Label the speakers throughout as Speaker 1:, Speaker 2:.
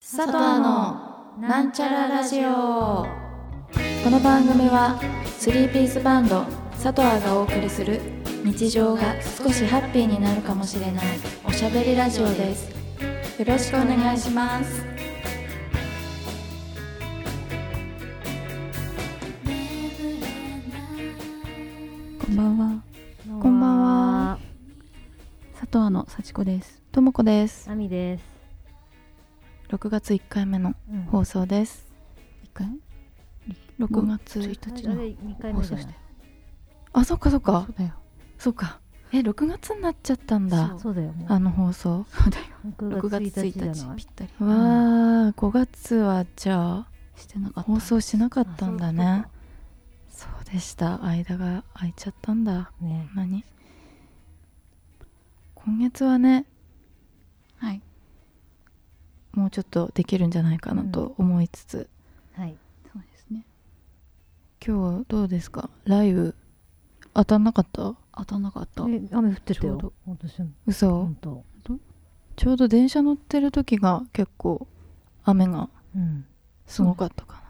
Speaker 1: 佐藤のなんちゃらラジオこの番組はスリーピースバンド佐藤がお送りする日常が少しハッピーになるかもしれないおしゃべりラジオですよろしくお願いします
Speaker 2: こんばんは。
Speaker 3: こんばんは。
Speaker 2: 佐藤の幸子です。
Speaker 1: ともこです
Speaker 3: ナミです。
Speaker 2: 6月1回目の放送です。1回 ?6 月1日
Speaker 3: あ
Speaker 2: の。
Speaker 3: れ二回目じゃ
Speaker 2: 放送
Speaker 3: ない
Speaker 2: してあ、そっかそっか。
Speaker 4: だよ。
Speaker 2: そうか。え、6月になっちゃったんだ。
Speaker 3: そうだよ。もう
Speaker 2: あの放送。
Speaker 3: 6
Speaker 2: 6
Speaker 3: 月
Speaker 2: 月
Speaker 3: 1日じゃ
Speaker 2: 1
Speaker 3: な
Speaker 2: 日
Speaker 3: い
Speaker 2: ぴ。ったり。わあ、5月はじゃ
Speaker 4: してなか
Speaker 2: あ
Speaker 4: った
Speaker 2: 放送しなかったんだね
Speaker 3: あ。
Speaker 2: そうでした。間が空いちゃったんだ。
Speaker 3: ね。
Speaker 2: 何今月はね
Speaker 4: はい
Speaker 2: もうちょっとできるんじゃないかなと思いつつ、
Speaker 3: はい。
Speaker 4: そうですね
Speaker 2: 今日はどうですか雷雨当たんなかった
Speaker 4: 当たんなかった
Speaker 3: え雨降ってた
Speaker 4: ちょう
Speaker 3: よ
Speaker 4: ど。
Speaker 3: 本当し
Speaker 2: 嘘、
Speaker 3: 本当。
Speaker 2: ちょうど電車乗ってる時が結構雨が
Speaker 3: うん。
Speaker 2: すごかったか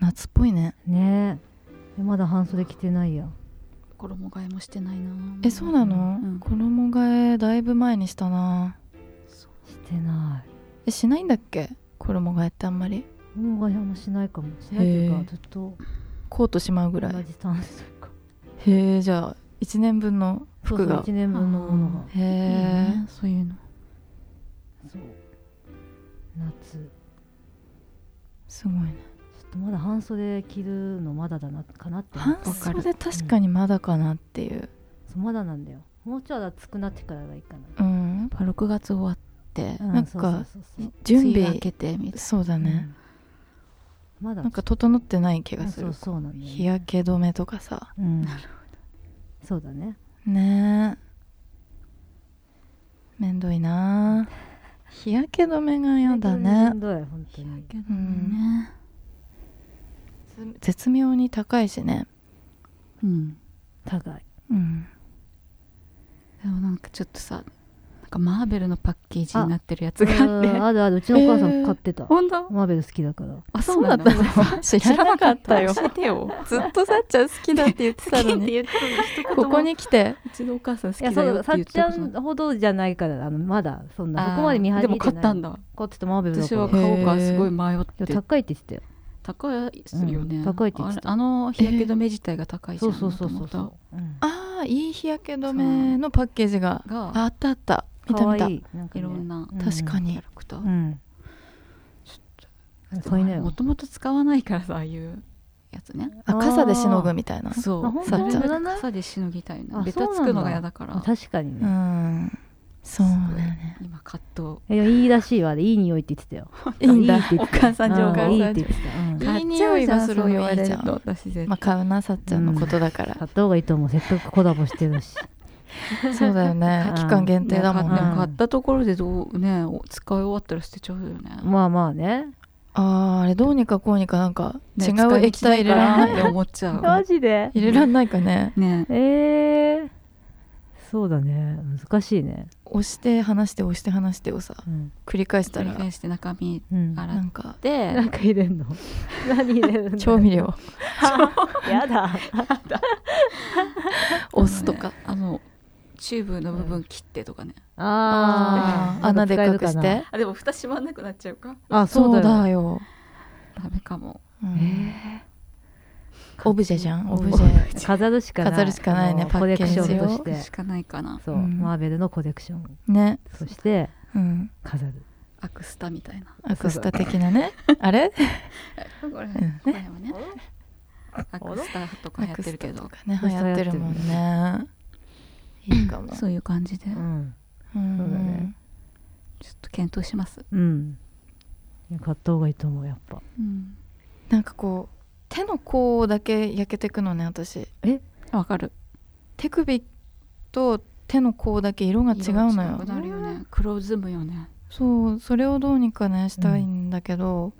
Speaker 2: な、夏っぽいね
Speaker 3: ねえ。まだ半袖着てないや。
Speaker 4: 衣替えもしてないな
Speaker 2: えそうなの、
Speaker 4: うん
Speaker 2: 衣替えだいぶ前にしたな
Speaker 3: してない。
Speaker 2: えしないんだっけ衣替えってあんまり
Speaker 3: もうがあんましないかも。しないとい
Speaker 2: へ
Speaker 3: うか
Speaker 2: え
Speaker 3: ずっと
Speaker 2: コートしまうぐらい
Speaker 3: 同じ短袖か。
Speaker 2: へえじゃあ1年分の
Speaker 3: そう そ
Speaker 2: 服
Speaker 3: う
Speaker 2: が
Speaker 3: 一年分のものが。
Speaker 4: え
Speaker 2: へえ、
Speaker 4: そういうの
Speaker 3: そう。夏。
Speaker 2: すごいね
Speaker 3: ちょっとまだ半袖着るのまだだなかなって思っ
Speaker 2: 半
Speaker 3: た。
Speaker 2: 袖で確かにまだかなっていう
Speaker 3: そうまだなんだよ。もうちょい暑くなってからがいいかな。
Speaker 2: うん、
Speaker 4: やっぱ6月終わって
Speaker 3: う
Speaker 2: なんか
Speaker 3: そうそうそうそう
Speaker 2: 準
Speaker 4: 梅雨
Speaker 2: 備
Speaker 4: 明けてみたい
Speaker 2: そうだね、
Speaker 3: うんまだ
Speaker 2: なんか整ってない気がす
Speaker 3: そ
Speaker 2: る
Speaker 3: うそうなんだよね
Speaker 2: 日焼け止めとかさ
Speaker 3: うんそうだね
Speaker 2: ねえめんどいな日焼け止めが嫌だ
Speaker 3: め
Speaker 2: ね
Speaker 3: んどい本当に
Speaker 4: けどね
Speaker 2: 絶妙に高いしね
Speaker 4: うん
Speaker 3: 高い
Speaker 2: うん
Speaker 4: でもなんかちょっとさなんかマーベルのパッケージになってるやつがあっ
Speaker 3: うん
Speaker 4: て
Speaker 3: あるあるうちのお母さん買ってた、
Speaker 4: 本当
Speaker 3: マーベル好きだから
Speaker 4: あ
Speaker 2: そうだった
Speaker 4: んだ
Speaker 2: 知らなかったよ
Speaker 4: 教えて よ
Speaker 2: ずっとさっちゃん好きだって言ってたのに
Speaker 4: 言ってた
Speaker 2: ここに来て
Speaker 4: うちのお母さん好
Speaker 3: いや
Speaker 4: き
Speaker 3: そ
Speaker 4: だよ
Speaker 3: う
Speaker 4: って
Speaker 3: さっ
Speaker 4: 言っ
Speaker 3: ち
Speaker 4: た
Speaker 3: ゃ
Speaker 4: ことない
Speaker 3: んほどじゃないからあのまだそんな
Speaker 4: あー
Speaker 3: ここまで見張り
Speaker 4: でも買ったん
Speaker 3: だ
Speaker 4: だ
Speaker 3: 買ってたマーベルだ
Speaker 4: 私
Speaker 3: から
Speaker 4: はい買おうか
Speaker 2: へー
Speaker 4: すごい迷って
Speaker 3: や高いって言ってたよ
Speaker 4: 高いするよね、
Speaker 3: うん高いって言ってた
Speaker 4: ああの日焼け止め自体が高いじゃ
Speaker 3: そ
Speaker 4: ん、
Speaker 3: うそうそうそう
Speaker 4: 元
Speaker 3: そ
Speaker 4: 々
Speaker 3: う、うん、
Speaker 2: ああいい日焼け止めのパッケージが
Speaker 4: が
Speaker 2: ああったあった見た
Speaker 3: 可
Speaker 2: 見た
Speaker 3: 愛いなんかね
Speaker 4: いろんな
Speaker 2: 確か
Speaker 4: キ
Speaker 2: に
Speaker 4: ャラクター、
Speaker 3: うん
Speaker 4: ち
Speaker 3: うん
Speaker 4: ょっと
Speaker 3: 買いなよ
Speaker 4: もともと使わないからさああいうやつね
Speaker 2: あ傘でしのぐみたいな
Speaker 4: そ
Speaker 3: あ
Speaker 4: う
Speaker 3: 本
Speaker 2: 当
Speaker 4: さっちゃん
Speaker 3: 無駄ない
Speaker 4: 傘でしのぎたいな
Speaker 3: あ
Speaker 4: ベ
Speaker 3: そう
Speaker 4: タ
Speaker 3: なん
Speaker 4: つ
Speaker 3: だ
Speaker 4: くのが嫌だから
Speaker 3: 確かに
Speaker 2: う
Speaker 3: ね、
Speaker 2: んそうだ ね
Speaker 4: 今葛藤
Speaker 3: いやいいらしいわでいい匂いって言ってたよ
Speaker 2: いいんだ
Speaker 3: いいって言
Speaker 2: お
Speaker 3: って
Speaker 2: 母さん情
Speaker 3: うん
Speaker 2: 報
Speaker 3: いいって言ってた、うん
Speaker 2: いい匂いがするのいいじゃん
Speaker 4: 買っちゃうじゃそう言われると私絶対
Speaker 2: まあ買うなさっちゃんのことだから、
Speaker 3: 買った方がいいと思うせっかくコラボしてるし
Speaker 2: そうだよね
Speaker 3: うん
Speaker 2: 期間限定だもん
Speaker 3: ね
Speaker 2: ね
Speaker 3: うん
Speaker 4: 買ったところでどうねお使い終わったら捨てちゃうよね
Speaker 3: まあまあね
Speaker 2: あーあれどうにかこうにかなんか
Speaker 4: ね
Speaker 2: 違う液体入れらんな
Speaker 4: 使
Speaker 2: い
Speaker 4: 道って思っちゃ う
Speaker 3: ジで
Speaker 2: 入れらんないかね
Speaker 4: ね
Speaker 3: えー、そうだね難しいね
Speaker 2: 押して離して押して離してをさ
Speaker 3: うん、
Speaker 2: 繰り返した
Speaker 4: 繰り
Speaker 2: ら
Speaker 4: 返して中身
Speaker 3: うん、
Speaker 4: 洗
Speaker 2: な
Speaker 4: っ
Speaker 2: んか
Speaker 4: て
Speaker 3: なんか入れんの何入れるの
Speaker 2: 調味料
Speaker 3: やだ
Speaker 2: 押すとか
Speaker 4: あのチューブの部分切ってとかね
Speaker 3: あー
Speaker 2: あー穴で隠
Speaker 3: なんか使
Speaker 2: し
Speaker 3: えるか
Speaker 2: て
Speaker 4: あでも蓋閉まんなくなっちゃうか
Speaker 3: なあ
Speaker 2: そ
Speaker 3: そううだよ
Speaker 2: だよ、
Speaker 4: ダメかも
Speaker 2: うん
Speaker 3: え
Speaker 2: オブジェじゃんオブジ
Speaker 3: オ
Speaker 2: ェ
Speaker 3: ー飾るしかない
Speaker 2: 飾るしかないね
Speaker 3: あの
Speaker 2: パ
Speaker 3: コレ
Speaker 2: ッケ
Speaker 3: ク
Speaker 2: ージ
Speaker 3: シ
Speaker 2: を
Speaker 3: ョンとして
Speaker 4: しかないかな
Speaker 3: そう、
Speaker 2: うん
Speaker 3: マーベルのコレクション
Speaker 2: ね
Speaker 3: そして
Speaker 2: うん
Speaker 3: 飾る
Speaker 4: アクスタみたいな
Speaker 2: アクスタ的なねあれ
Speaker 4: これ
Speaker 2: うん
Speaker 4: これはねアクスタとかやってるけ
Speaker 2: ア
Speaker 4: ど
Speaker 2: クスタとかね流行ってるもんねいいかも
Speaker 4: そういう感じで
Speaker 3: うん
Speaker 2: うん
Speaker 3: そうだね
Speaker 4: ちょっと検討します
Speaker 3: うんいや買った方がいいと思うやっぱ
Speaker 4: うん
Speaker 2: なんかこう手の甲だけ焼けてくのね私
Speaker 4: わかる
Speaker 2: 手首と手の甲だけ色が違うの
Speaker 4: 色
Speaker 2: よ
Speaker 4: が違くなるよね黒ずむよね
Speaker 2: そうそれをどうにかねしたいんだけど、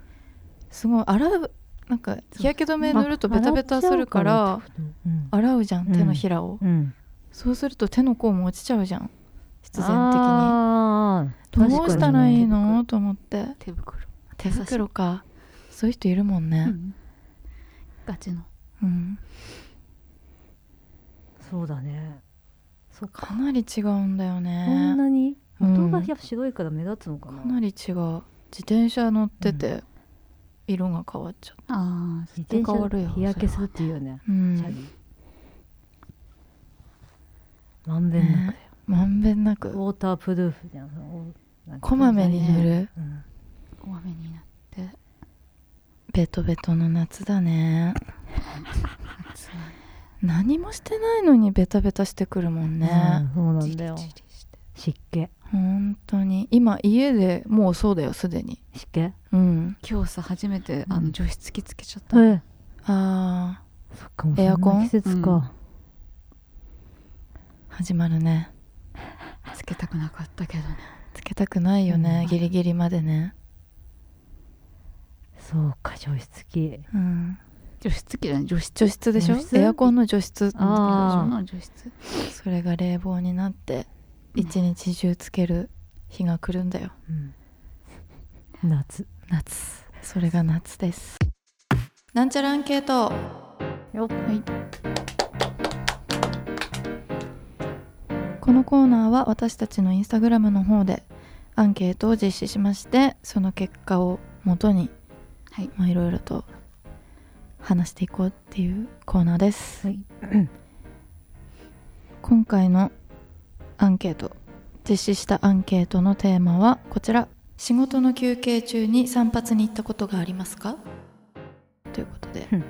Speaker 2: すごい洗うなんか日焼け止め塗るとベタベタするから
Speaker 3: うん
Speaker 2: 洗うじゃん
Speaker 3: うん
Speaker 2: 手のひらを、
Speaker 3: うん
Speaker 2: そうすると手の甲も落ちちゃうじゃんし必然的に
Speaker 3: 的
Speaker 2: どうしたらいいのと思って
Speaker 4: 手袋、
Speaker 2: 手袋かそういう人いるもん
Speaker 4: う
Speaker 2: ね
Speaker 4: ん、ガチの
Speaker 2: うん、
Speaker 3: そうだねそっか
Speaker 2: かなり違うんだよ
Speaker 3: そん
Speaker 2: ね
Speaker 3: なに
Speaker 2: うん
Speaker 3: 音がやっぱ白いから目立つのかな
Speaker 2: かなり違う自転車乗ってて色が変わっちゃっ
Speaker 4: ああ
Speaker 3: 自転
Speaker 4: 変わる
Speaker 3: 車
Speaker 4: よ
Speaker 3: 日焼けするっていうよね
Speaker 2: たうん
Speaker 3: シャリまんべんなくだよ
Speaker 2: まんべんな
Speaker 3: ウ
Speaker 2: く
Speaker 3: ォータープルーフじゃんそのなんか
Speaker 2: こまめに塗る
Speaker 3: うん
Speaker 4: 大雨になって
Speaker 2: ベトベトの夏だね
Speaker 4: 夏は
Speaker 2: 何もしてないのにベタベタしてくるもんね、
Speaker 3: うんそうな
Speaker 4: じ
Speaker 3: ん
Speaker 4: り
Speaker 3: だ
Speaker 4: じ
Speaker 3: よ
Speaker 4: りして
Speaker 3: 湿気
Speaker 2: 本当に今家でもうそうだよすでに
Speaker 3: 湿気え
Speaker 2: うん
Speaker 4: 今日さ初めてあ
Speaker 3: う
Speaker 4: の
Speaker 3: ん
Speaker 4: 除湿機つけちゃった、
Speaker 3: え
Speaker 2: あ
Speaker 3: そっかもう
Speaker 2: エアコ
Speaker 3: そん
Speaker 2: ン
Speaker 3: な季節か
Speaker 2: ー始まるね
Speaker 4: つけたくなかったけどね
Speaker 2: つけたくないよね、
Speaker 3: うん
Speaker 2: ギリギリまでね
Speaker 3: そうか除湿器
Speaker 2: うん
Speaker 4: 除湿機じゃない除湿
Speaker 2: 除湿でしょ
Speaker 3: 除湿
Speaker 2: エアコンの除湿
Speaker 3: あー
Speaker 4: 除湿
Speaker 2: それが冷房になって
Speaker 4: うん
Speaker 2: 一日中つける日が来るんだよ
Speaker 3: うん夏
Speaker 2: 夏それが夏ですなんちゃらアンケート
Speaker 3: よっ
Speaker 2: このコーナーは私たちのインスタグラムの方でアンケートを実施しましてその結果をもとに
Speaker 4: はい
Speaker 2: まあいろいろと話していこうっていうコーナーです、
Speaker 4: はい
Speaker 2: 今回のアンケート実施したアンケートのテーマはこちら仕事の休憩中に散髪に行ったことがありますかということで、
Speaker 3: うん
Speaker 4: い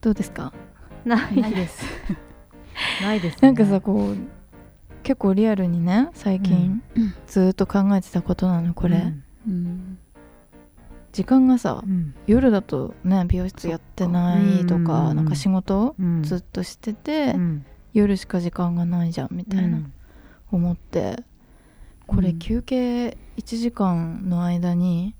Speaker 2: どうですか
Speaker 3: ない
Speaker 4: ないです
Speaker 3: ないですね
Speaker 2: なんかさこう結構リアルにね最近、
Speaker 4: うん
Speaker 2: ずーっと考えてたことなのこれ、
Speaker 3: うん
Speaker 4: うん
Speaker 2: 時間がさ
Speaker 3: うん
Speaker 2: 夜だとね美容室やってないと
Speaker 3: そっかうんうん
Speaker 2: か
Speaker 3: うん
Speaker 2: なんか仕事
Speaker 3: うん
Speaker 2: ずっとしてて、
Speaker 3: うん
Speaker 2: 夜しか時間がないじゃんみたいな、
Speaker 3: うん
Speaker 2: 思ってこ
Speaker 3: う
Speaker 2: れ
Speaker 3: ん
Speaker 2: 休憩1時間の間に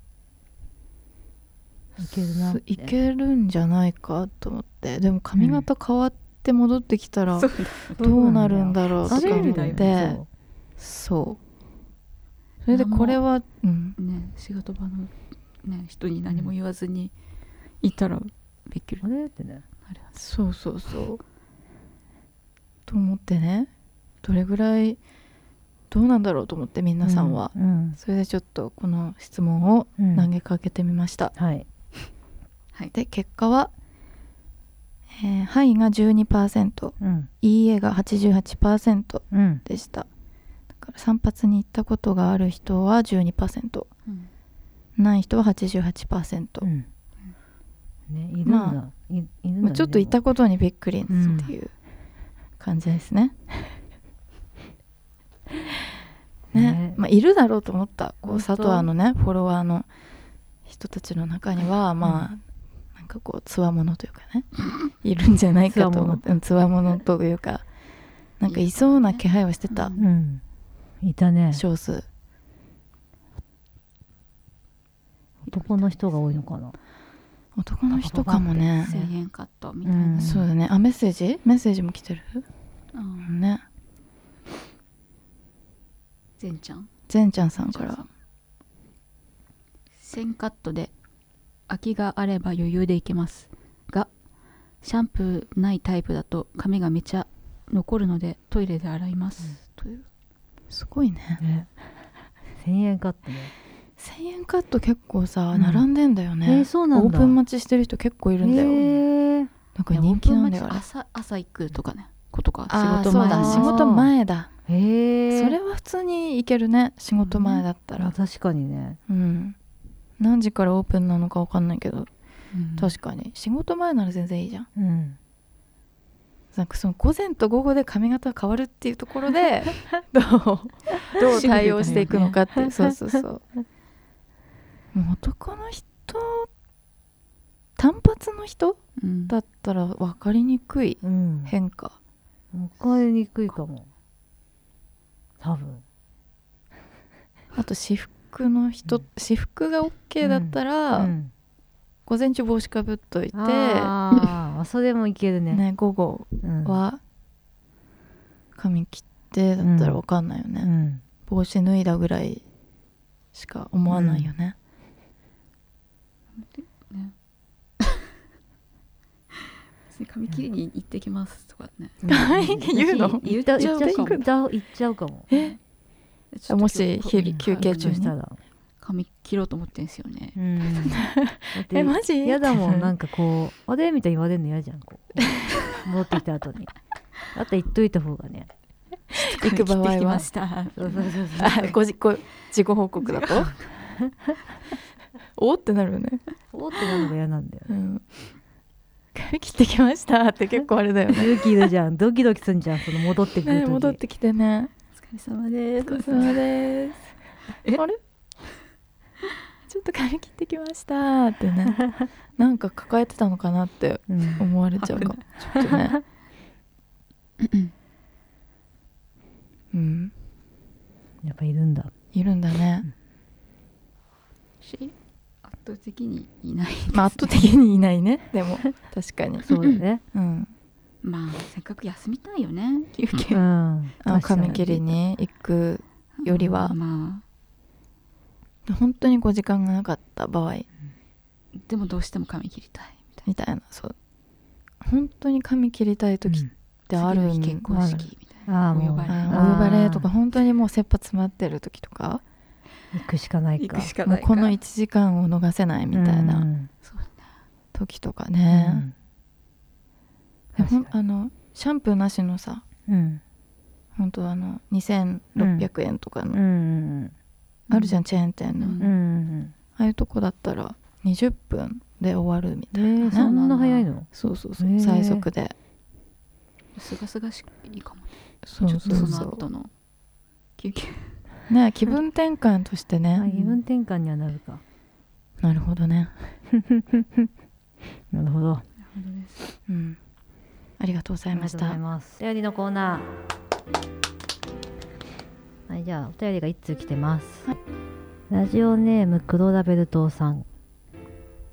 Speaker 3: いけるなって
Speaker 2: いけるんじゃないかと思ってでも髪型変わって戻ってきたら
Speaker 4: そう
Speaker 2: どうなるんだろうと
Speaker 3: あ
Speaker 2: か
Speaker 3: る
Speaker 2: 思
Speaker 3: ん
Speaker 2: っ
Speaker 3: だよ
Speaker 2: て
Speaker 3: そ
Speaker 2: そうそれでこれはうん
Speaker 4: ね仕事場のね人に何も言わずにいたらびっくり
Speaker 3: うあれってね
Speaker 4: あれは
Speaker 2: そうそうそうと思ってねどれぐらいどうなんだろうと思って皆さんは、
Speaker 3: うん
Speaker 2: それでちょっとこの質問を
Speaker 3: うん
Speaker 2: 投げかけてみました、
Speaker 3: はい
Speaker 4: はい
Speaker 2: で結果は、えーはいが12%
Speaker 3: うん
Speaker 2: いいえが88%
Speaker 3: うん
Speaker 2: でしただから散髪に行ったことがある人は12%
Speaker 4: うん
Speaker 2: ない人は88%、
Speaker 3: うんねいるんだ
Speaker 2: ま
Speaker 3: いいるんだ
Speaker 2: まあ、
Speaker 3: ね
Speaker 2: ちょっといたことにびっくりっていう感じですね。ね
Speaker 3: ね
Speaker 2: まあ、いるだろうと思ったこう
Speaker 3: 本当
Speaker 2: 佐藤のねフォロワーの人たちの中にはまあ、なんかこうつわものというかね いるんじゃないかと思ってつわものというかなんかいそうな気配はしてた
Speaker 4: う
Speaker 3: う
Speaker 4: ね
Speaker 3: んいたね
Speaker 2: 少数
Speaker 3: 男の人が多いのかな
Speaker 2: 男の人かもね
Speaker 4: 1000円買ったみたいな、
Speaker 3: うん
Speaker 2: そうだねあメッセージメッセージも来てる
Speaker 4: うん
Speaker 2: ね
Speaker 4: 全ちゃん
Speaker 2: 善ちゃんさんから
Speaker 4: 1000カットで空きがあれば余裕でいけますがシャンプーないタイプだと髪がめちゃ残るのでトイレで洗います、という
Speaker 2: すごいね
Speaker 3: ね千円かってね
Speaker 2: 1000円カット結構さ、
Speaker 3: うん
Speaker 2: 並んでんだよね、
Speaker 3: えーそうなんだ
Speaker 2: オープン待ちしてる人結構いるんだよ、
Speaker 3: へえ
Speaker 2: なんか人気なんだよ
Speaker 4: い
Speaker 2: あ
Speaker 4: や
Speaker 2: れ
Speaker 4: 朝朝行くとかねことか
Speaker 2: あー
Speaker 4: 仕事前
Speaker 2: そうだ
Speaker 4: に
Speaker 2: 仕事前だ、
Speaker 3: へえ
Speaker 2: それは普通に行けるね仕事前だった
Speaker 3: まあ
Speaker 2: ら
Speaker 3: 確かにね
Speaker 2: うん、何時からオープンなのか分かんないけど
Speaker 4: うん
Speaker 2: 確かに仕事前なら全然いいじゃん
Speaker 3: うん
Speaker 2: なんかその午前と午後で髪型が変わるっていうところでどうどう対応していくのかっていうそう そうそうもう男の人単発の人
Speaker 4: うん
Speaker 2: だったら分かりにくい
Speaker 3: うん
Speaker 2: 変化
Speaker 3: わかりにくいかも多分
Speaker 2: あと私服の人、
Speaker 3: うん
Speaker 2: 私服が OK だったら、
Speaker 3: うん
Speaker 2: 午前中帽子かぶっといて、
Speaker 3: あーそれもいけるね
Speaker 2: ね、午後
Speaker 3: うん
Speaker 2: は髪切ってだったらわかんないよね、
Speaker 3: うん
Speaker 2: 帽子脱いだぐらいしか思わないよね、
Speaker 4: ね別に髪切りに行ってきますとかね
Speaker 2: 言うの
Speaker 4: 言っ
Speaker 3: 言っ
Speaker 4: ちゃう
Speaker 3: ちゃう
Speaker 4: か
Speaker 3: か
Speaker 4: も
Speaker 3: も言っちゃう言っちゃうかも
Speaker 2: え
Speaker 4: ちょっと今日
Speaker 2: もし昼休憩中
Speaker 3: そ
Speaker 2: に
Speaker 3: したら
Speaker 4: 髪切ろうと思ってんすよね
Speaker 3: うん
Speaker 2: えマジ
Speaker 3: 嫌だもん なん
Speaker 2: か
Speaker 3: かこう「あれ?」みたいに言われるの嫌じゃんこ う戻ってきた後にあと言っといた方がね
Speaker 2: 行く場合は
Speaker 4: 髪切ってきま した
Speaker 3: そうそうそうそう
Speaker 2: あごじご自己報告だと おーってなるよね、
Speaker 3: おーってなるのが嫌なんだよ
Speaker 2: うん、髪切ってきましたって結構あれだよね
Speaker 3: 勇気いるじゃんドキドキすんじゃんその戻ってくる
Speaker 2: ね
Speaker 3: 時
Speaker 2: 戻ってきてね
Speaker 4: お疲れ様です
Speaker 2: お疲れ様ですあれ ちょっと髪切ってきましたってねなんか抱えてたのかなって
Speaker 3: うん
Speaker 2: 思われちゃうかもちょっとねうん
Speaker 3: やっぱいるんだ
Speaker 2: いるんだね、
Speaker 4: 私圧倒的にいないです
Speaker 2: まあ圧倒的にいないねでも確かに
Speaker 3: そうだね
Speaker 2: うん
Speaker 4: まあせっかく休みたいよね休
Speaker 3: う
Speaker 4: 憩
Speaker 3: ん
Speaker 2: あ髪切りに行くよりは
Speaker 4: ま
Speaker 2: 本当にこう時間がなかった場合
Speaker 4: あでもどうしても髪切りたいみたい
Speaker 2: みたいなそう本当に髪切りたい時って
Speaker 4: な
Speaker 2: あるん
Speaker 4: 次の日結婚式みたいな
Speaker 3: ああもう
Speaker 4: お呼ばれ
Speaker 2: あ
Speaker 4: あ
Speaker 2: お呼ばれとか
Speaker 3: あ
Speaker 2: 本当にもう切羽詰まってる時とか
Speaker 3: ー行くしかないか
Speaker 4: か
Speaker 2: もうこの
Speaker 4: 一
Speaker 2: 1時間を逃せないみたいな
Speaker 4: そうだね
Speaker 2: 時とか
Speaker 3: うん
Speaker 2: ね、
Speaker 3: うん
Speaker 2: ほん
Speaker 3: 確か
Speaker 2: あのシャンプーなしのさ
Speaker 3: にうん
Speaker 2: 本当あの2600円とかの、
Speaker 3: うん
Speaker 2: あるじゃんチェーン店の、
Speaker 4: うん
Speaker 3: うんうん
Speaker 2: ああいうとこだったら20分で終わるみたいな、
Speaker 3: え
Speaker 2: ね
Speaker 3: ーそんな早いの
Speaker 2: そうそうそう、
Speaker 3: へー
Speaker 2: 最速です
Speaker 4: がすがしいかもね
Speaker 2: そう
Speaker 4: ち
Speaker 2: そ
Speaker 4: ょっと
Speaker 2: う
Speaker 4: その
Speaker 2: そ
Speaker 4: 後の休憩
Speaker 2: うね気分転換としてね、
Speaker 3: あ気分転換にはなるか
Speaker 2: なるほどね
Speaker 3: なるほど
Speaker 2: うんありがとうございまし
Speaker 3: あ
Speaker 2: た
Speaker 3: りがとうございます。お便りのコーナー。はい、じゃあ、お便りが一通来てます。ラジオネーム黒ラベルトさん、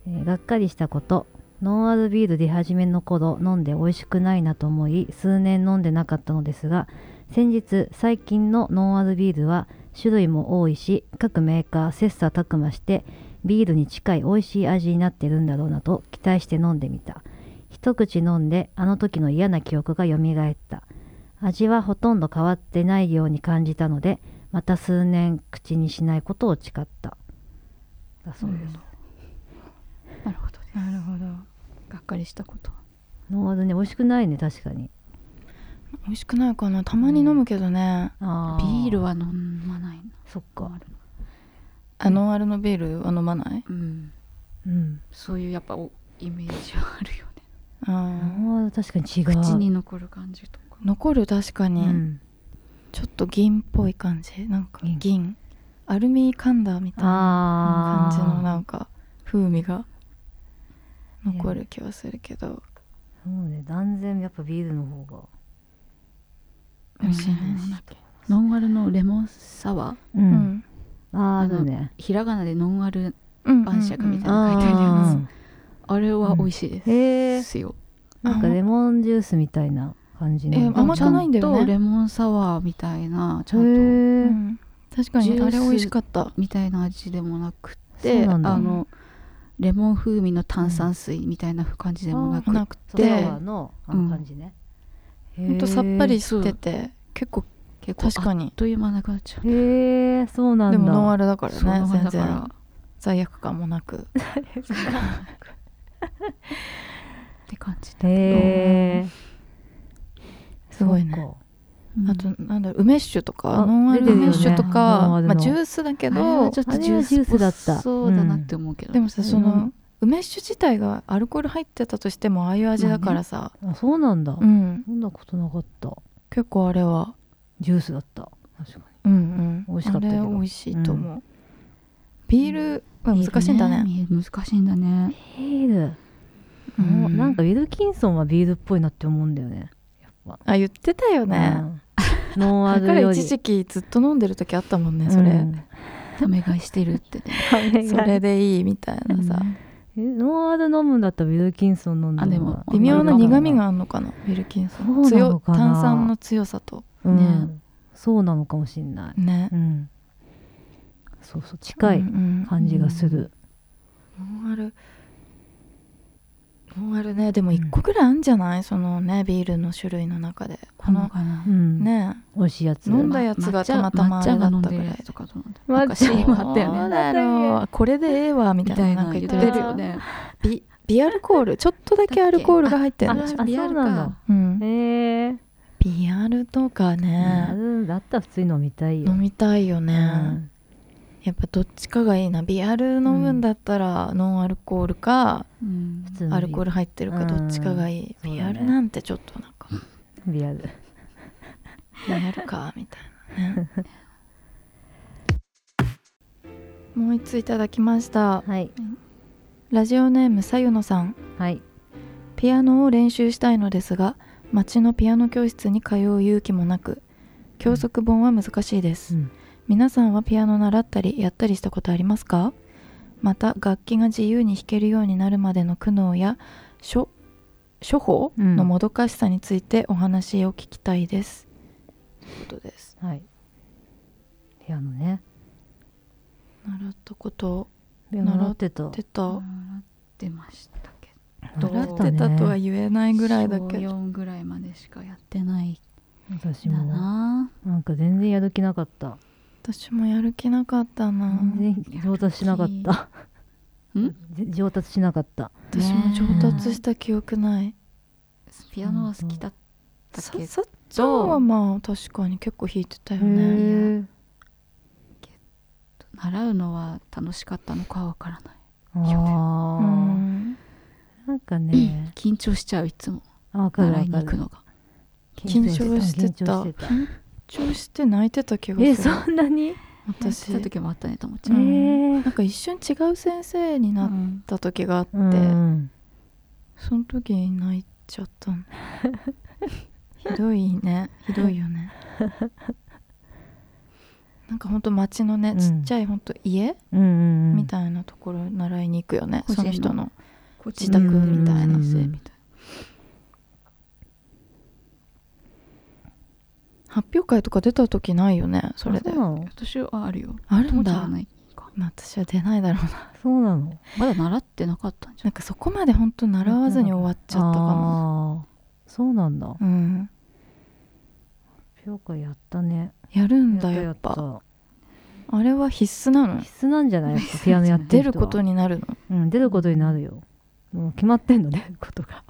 Speaker 3: えーがっかりしたこと。ノンアルビール出始めの頃飲んで美味しくないなと思い数年飲んでなかったのですが先日最近のノンアルビールは種類も多いし各メーカー切磋琢磨してビールに近い美味しい味になってるんだろうなと期待して飲んでみた一口飲んであの時の嫌な記憶が蘇った味はほとんど変わってないように感じたのでまた数年口にしないことを誓っただそうです、
Speaker 4: なるほどね
Speaker 2: なるほど
Speaker 4: がっかりしたこと
Speaker 3: ノンアルね美味しくないね確かに
Speaker 2: 美味しくないかなたまに飲むけどね、
Speaker 3: あ
Speaker 4: ビール
Speaker 3: は
Speaker 4: は飲まないな
Speaker 3: そっ
Speaker 4: あ
Speaker 3: か
Speaker 4: る
Speaker 2: あノンアルのビールは飲まない
Speaker 4: うん
Speaker 3: うん
Speaker 4: そういうやっぱおイメージはあるよね
Speaker 2: あー
Speaker 3: ノンアル確かに違う
Speaker 4: 口に残る感じとか
Speaker 2: 残る確か
Speaker 3: う
Speaker 2: に、
Speaker 3: ん、
Speaker 2: ちょっと銀っぽい感じなんか
Speaker 3: 銀
Speaker 2: 銀アルミカンダーみたいな
Speaker 3: あ
Speaker 2: 感
Speaker 3: あ
Speaker 2: じのなんか風味が残る気はするけど
Speaker 3: そうね断然やっぱビールの方が
Speaker 2: 美味しいね
Speaker 4: うんなんだっけノンアルのレモンサワー
Speaker 3: う、
Speaker 2: うんん
Speaker 3: ああ
Speaker 4: あ
Speaker 3: る
Speaker 4: の
Speaker 3: ね
Speaker 4: ひらがなでノンアル
Speaker 2: うん
Speaker 4: 晩酌みたい
Speaker 2: うん
Speaker 4: な書いてある
Speaker 3: あ
Speaker 4: やつあれは美味しい
Speaker 3: ーへ
Speaker 4: で
Speaker 3: え
Speaker 4: すよ
Speaker 3: なんかレモンジュースみたいな感じの
Speaker 2: え甘くないんだよね
Speaker 4: ちゃとレモンサワーみたいなちゃ
Speaker 3: へ
Speaker 4: んと
Speaker 2: う
Speaker 3: え、
Speaker 2: ん確か
Speaker 4: ジュー
Speaker 2: に
Speaker 4: ス
Speaker 2: あれ美味しかった
Speaker 4: みたいな味でもなく
Speaker 3: そう
Speaker 4: てあ
Speaker 3: なんだ
Speaker 4: のレモン風味の炭酸水みたいな感じでもなく
Speaker 2: なく
Speaker 3: そう
Speaker 2: て
Speaker 3: サワーのあの感じね、へ
Speaker 2: ほんとさっぱりしてて結構
Speaker 4: 結構
Speaker 2: 確
Speaker 4: あっ
Speaker 2: かに
Speaker 4: という間なくなっちゃう
Speaker 3: へえそうなんだ
Speaker 2: でもノンアルだから
Speaker 4: そう
Speaker 2: ね全
Speaker 4: だから
Speaker 2: 然罪悪感もなく
Speaker 4: って感じ
Speaker 3: へえ
Speaker 2: すごいね
Speaker 3: そっか
Speaker 4: うん
Speaker 2: あとなんだろう梅酒とか
Speaker 3: あ
Speaker 2: ノンアルの
Speaker 3: 出てる
Speaker 2: 梅
Speaker 3: よね
Speaker 2: 酒と
Speaker 3: ノンア
Speaker 2: か
Speaker 3: ルの
Speaker 2: まあジュースだけ
Speaker 4: あれは
Speaker 2: ど
Speaker 4: ちょっ
Speaker 3: あ
Speaker 4: と
Speaker 3: れ
Speaker 4: ジュ
Speaker 3: は
Speaker 4: ー
Speaker 3: ジュー
Speaker 4: ス
Speaker 3: スだ
Speaker 4: だ
Speaker 3: っ
Speaker 4: ったたそうだなって思うけど
Speaker 2: でもさ
Speaker 3: うん
Speaker 2: その梅酒自体がアルコール入ってたとしてもああいう味だからさ、
Speaker 3: あそうなんだ、
Speaker 2: うん
Speaker 3: 飲んだことなかった
Speaker 2: 結構あれは
Speaker 3: ジュースだった確か
Speaker 2: うん
Speaker 3: 美
Speaker 2: うん
Speaker 3: 味しかった
Speaker 2: あ
Speaker 3: け
Speaker 2: れ
Speaker 3: ど
Speaker 2: 美味しいと思う、ビールは難しいんだね
Speaker 4: ビール難しいんだね
Speaker 3: にビール、
Speaker 2: う
Speaker 3: もうなんかウィルキンソンはビールっぽいなって思うんだよねやっぱ
Speaker 2: あ言ってたよね、
Speaker 3: うんノンア
Speaker 2: だ
Speaker 3: ル
Speaker 2: から
Speaker 3: より
Speaker 2: 一時期ずっと飲んでる時あったもんねそれ、
Speaker 3: うん
Speaker 4: ため買いしてるってね
Speaker 2: それでいいみたいなさ、
Speaker 3: えノンアル飲むんだったらウィルキンソン飲んだ
Speaker 4: あでも
Speaker 2: 微妙な苦味
Speaker 3: 味
Speaker 2: があんのかなウィルキンソ
Speaker 3: そう
Speaker 2: ン
Speaker 3: なの
Speaker 2: 強
Speaker 3: かな
Speaker 2: 炭酸の強さと
Speaker 3: うん
Speaker 2: ね
Speaker 3: そうなのかもしんない、
Speaker 2: ね
Speaker 3: うん、そうそう近い感じがする、
Speaker 2: ノンアルノンアルねでも1個ぐらいあるんじゃない、そのねビールの種類の中でこの、
Speaker 4: かな
Speaker 3: うん
Speaker 2: ね
Speaker 3: 美味しいやつ
Speaker 2: 飲んだやつがたまたまあれだったぐらい
Speaker 4: とかと思って
Speaker 3: 抹茶
Speaker 4: なんか CM あったよ
Speaker 2: どう
Speaker 4: ね
Speaker 2: だろうこれでええわみ
Speaker 4: み
Speaker 2: たい
Speaker 4: た
Speaker 2: ないな
Speaker 4: なん
Speaker 2: か
Speaker 4: 言
Speaker 2: 言
Speaker 4: っ
Speaker 2: ってて
Speaker 4: る
Speaker 2: る
Speaker 4: よね
Speaker 2: ビビアルコールちょっとだけアルコールが入ってるんでしょ
Speaker 3: あそうなんだ
Speaker 2: うん
Speaker 3: へえ
Speaker 2: ビアルとか
Speaker 3: あ
Speaker 2: ね、
Speaker 3: るだったら普通に飲みたいよ、
Speaker 2: 飲みたいよね、
Speaker 3: うん
Speaker 2: やっぱどっちかがいいなビアル飲むんだったらノンアルコールか、
Speaker 4: うん
Speaker 3: 普通の
Speaker 2: アルコール入ってるかどっちかがいい、
Speaker 3: うん
Speaker 2: ビアルなんてちょっとなんか、
Speaker 3: ビアル
Speaker 2: ビアルかみたいなねもう一ついただきました
Speaker 3: はい
Speaker 2: ラジオネームさゆのさん
Speaker 3: はい
Speaker 2: ピアノを練習したいのですが町のピアノ教室に通う勇気もなく教則本は難しいです、
Speaker 3: うん
Speaker 2: 皆さんはピアノ習ったりやったりしたことありますかまた楽器が自由に弾けるようになるまでの苦悩や処処方
Speaker 3: うん
Speaker 2: のもどかしさについてお話を聞きたいです、ということです
Speaker 3: はいピアノね
Speaker 2: 習ったこと
Speaker 3: ピアノ習ってた
Speaker 2: 出た
Speaker 4: 習ってましたけ
Speaker 3: 習
Speaker 2: 習
Speaker 3: っ
Speaker 2: ってて
Speaker 3: た
Speaker 2: たとは
Speaker 3: ね
Speaker 2: 言えないぐらいだけ
Speaker 4: 小
Speaker 2: ど
Speaker 4: 4ぐらいまでしかやってない
Speaker 3: 私
Speaker 4: んだ
Speaker 3: も
Speaker 4: な
Speaker 3: なんか全然やる気なかった
Speaker 2: 私もやる気なかったな
Speaker 3: 全然上達しなかった
Speaker 4: ん
Speaker 3: 全上達しなかった
Speaker 2: 私も上達した記憶ない
Speaker 4: ピアノは好きだった
Speaker 2: さ
Speaker 4: け
Speaker 2: さっちゃんはまあ確かに結構弾いてたよね
Speaker 3: へえ
Speaker 4: ど習うのは楽しかったのかはわからない
Speaker 2: あ
Speaker 3: あーなんかね
Speaker 4: 緊張しちゃういつも
Speaker 3: あわかる
Speaker 4: 習
Speaker 3: わ
Speaker 4: いに
Speaker 3: か
Speaker 4: 行く
Speaker 3: る
Speaker 4: のが
Speaker 2: 緊張してた
Speaker 3: 緊張してた
Speaker 2: 調子って泣いてた気が
Speaker 3: え
Speaker 2: する
Speaker 3: そんなに
Speaker 2: 私
Speaker 4: やってた時もあったねともち
Speaker 2: う
Speaker 4: ゃん
Speaker 2: ん
Speaker 3: え
Speaker 2: なんか一瞬違う先生になっ
Speaker 4: ん
Speaker 2: た時があって、
Speaker 3: うん
Speaker 2: その時に泣いちゃったん ひどいねひどいよねなんかほんと町の
Speaker 3: う
Speaker 2: ね、
Speaker 3: ん
Speaker 2: ちっちゃいほんと家、
Speaker 3: うんうん
Speaker 2: みたいなところ習いに行くよね
Speaker 4: 個人
Speaker 2: そ
Speaker 4: の
Speaker 2: の人の
Speaker 4: 自宅みたいな
Speaker 3: うん
Speaker 4: せいみたい
Speaker 2: 発表会とか出た時ないよねそれで
Speaker 3: あそうなの
Speaker 4: な私はあるよ
Speaker 2: ある
Speaker 4: とも
Speaker 2: ん
Speaker 4: ちゃんは
Speaker 2: だ
Speaker 4: ないか
Speaker 2: まあ私は出ないだろうな
Speaker 3: そうなの
Speaker 4: まだ習ってなかったんじゃ
Speaker 2: なんかそこまで本当習わずに終わっちゃったかも
Speaker 3: もそうなんだ
Speaker 2: うん
Speaker 3: 評価やったね
Speaker 2: やるんだや
Speaker 3: や
Speaker 2: っ
Speaker 3: った
Speaker 2: ぱ
Speaker 3: やっ
Speaker 2: あれは必須な
Speaker 3: た
Speaker 2: の
Speaker 3: 必須なんじゃないやっぱピアノやって
Speaker 2: 出
Speaker 3: 人は
Speaker 2: ることになるの
Speaker 3: うん出ることになるよもう決まってんの出る ことが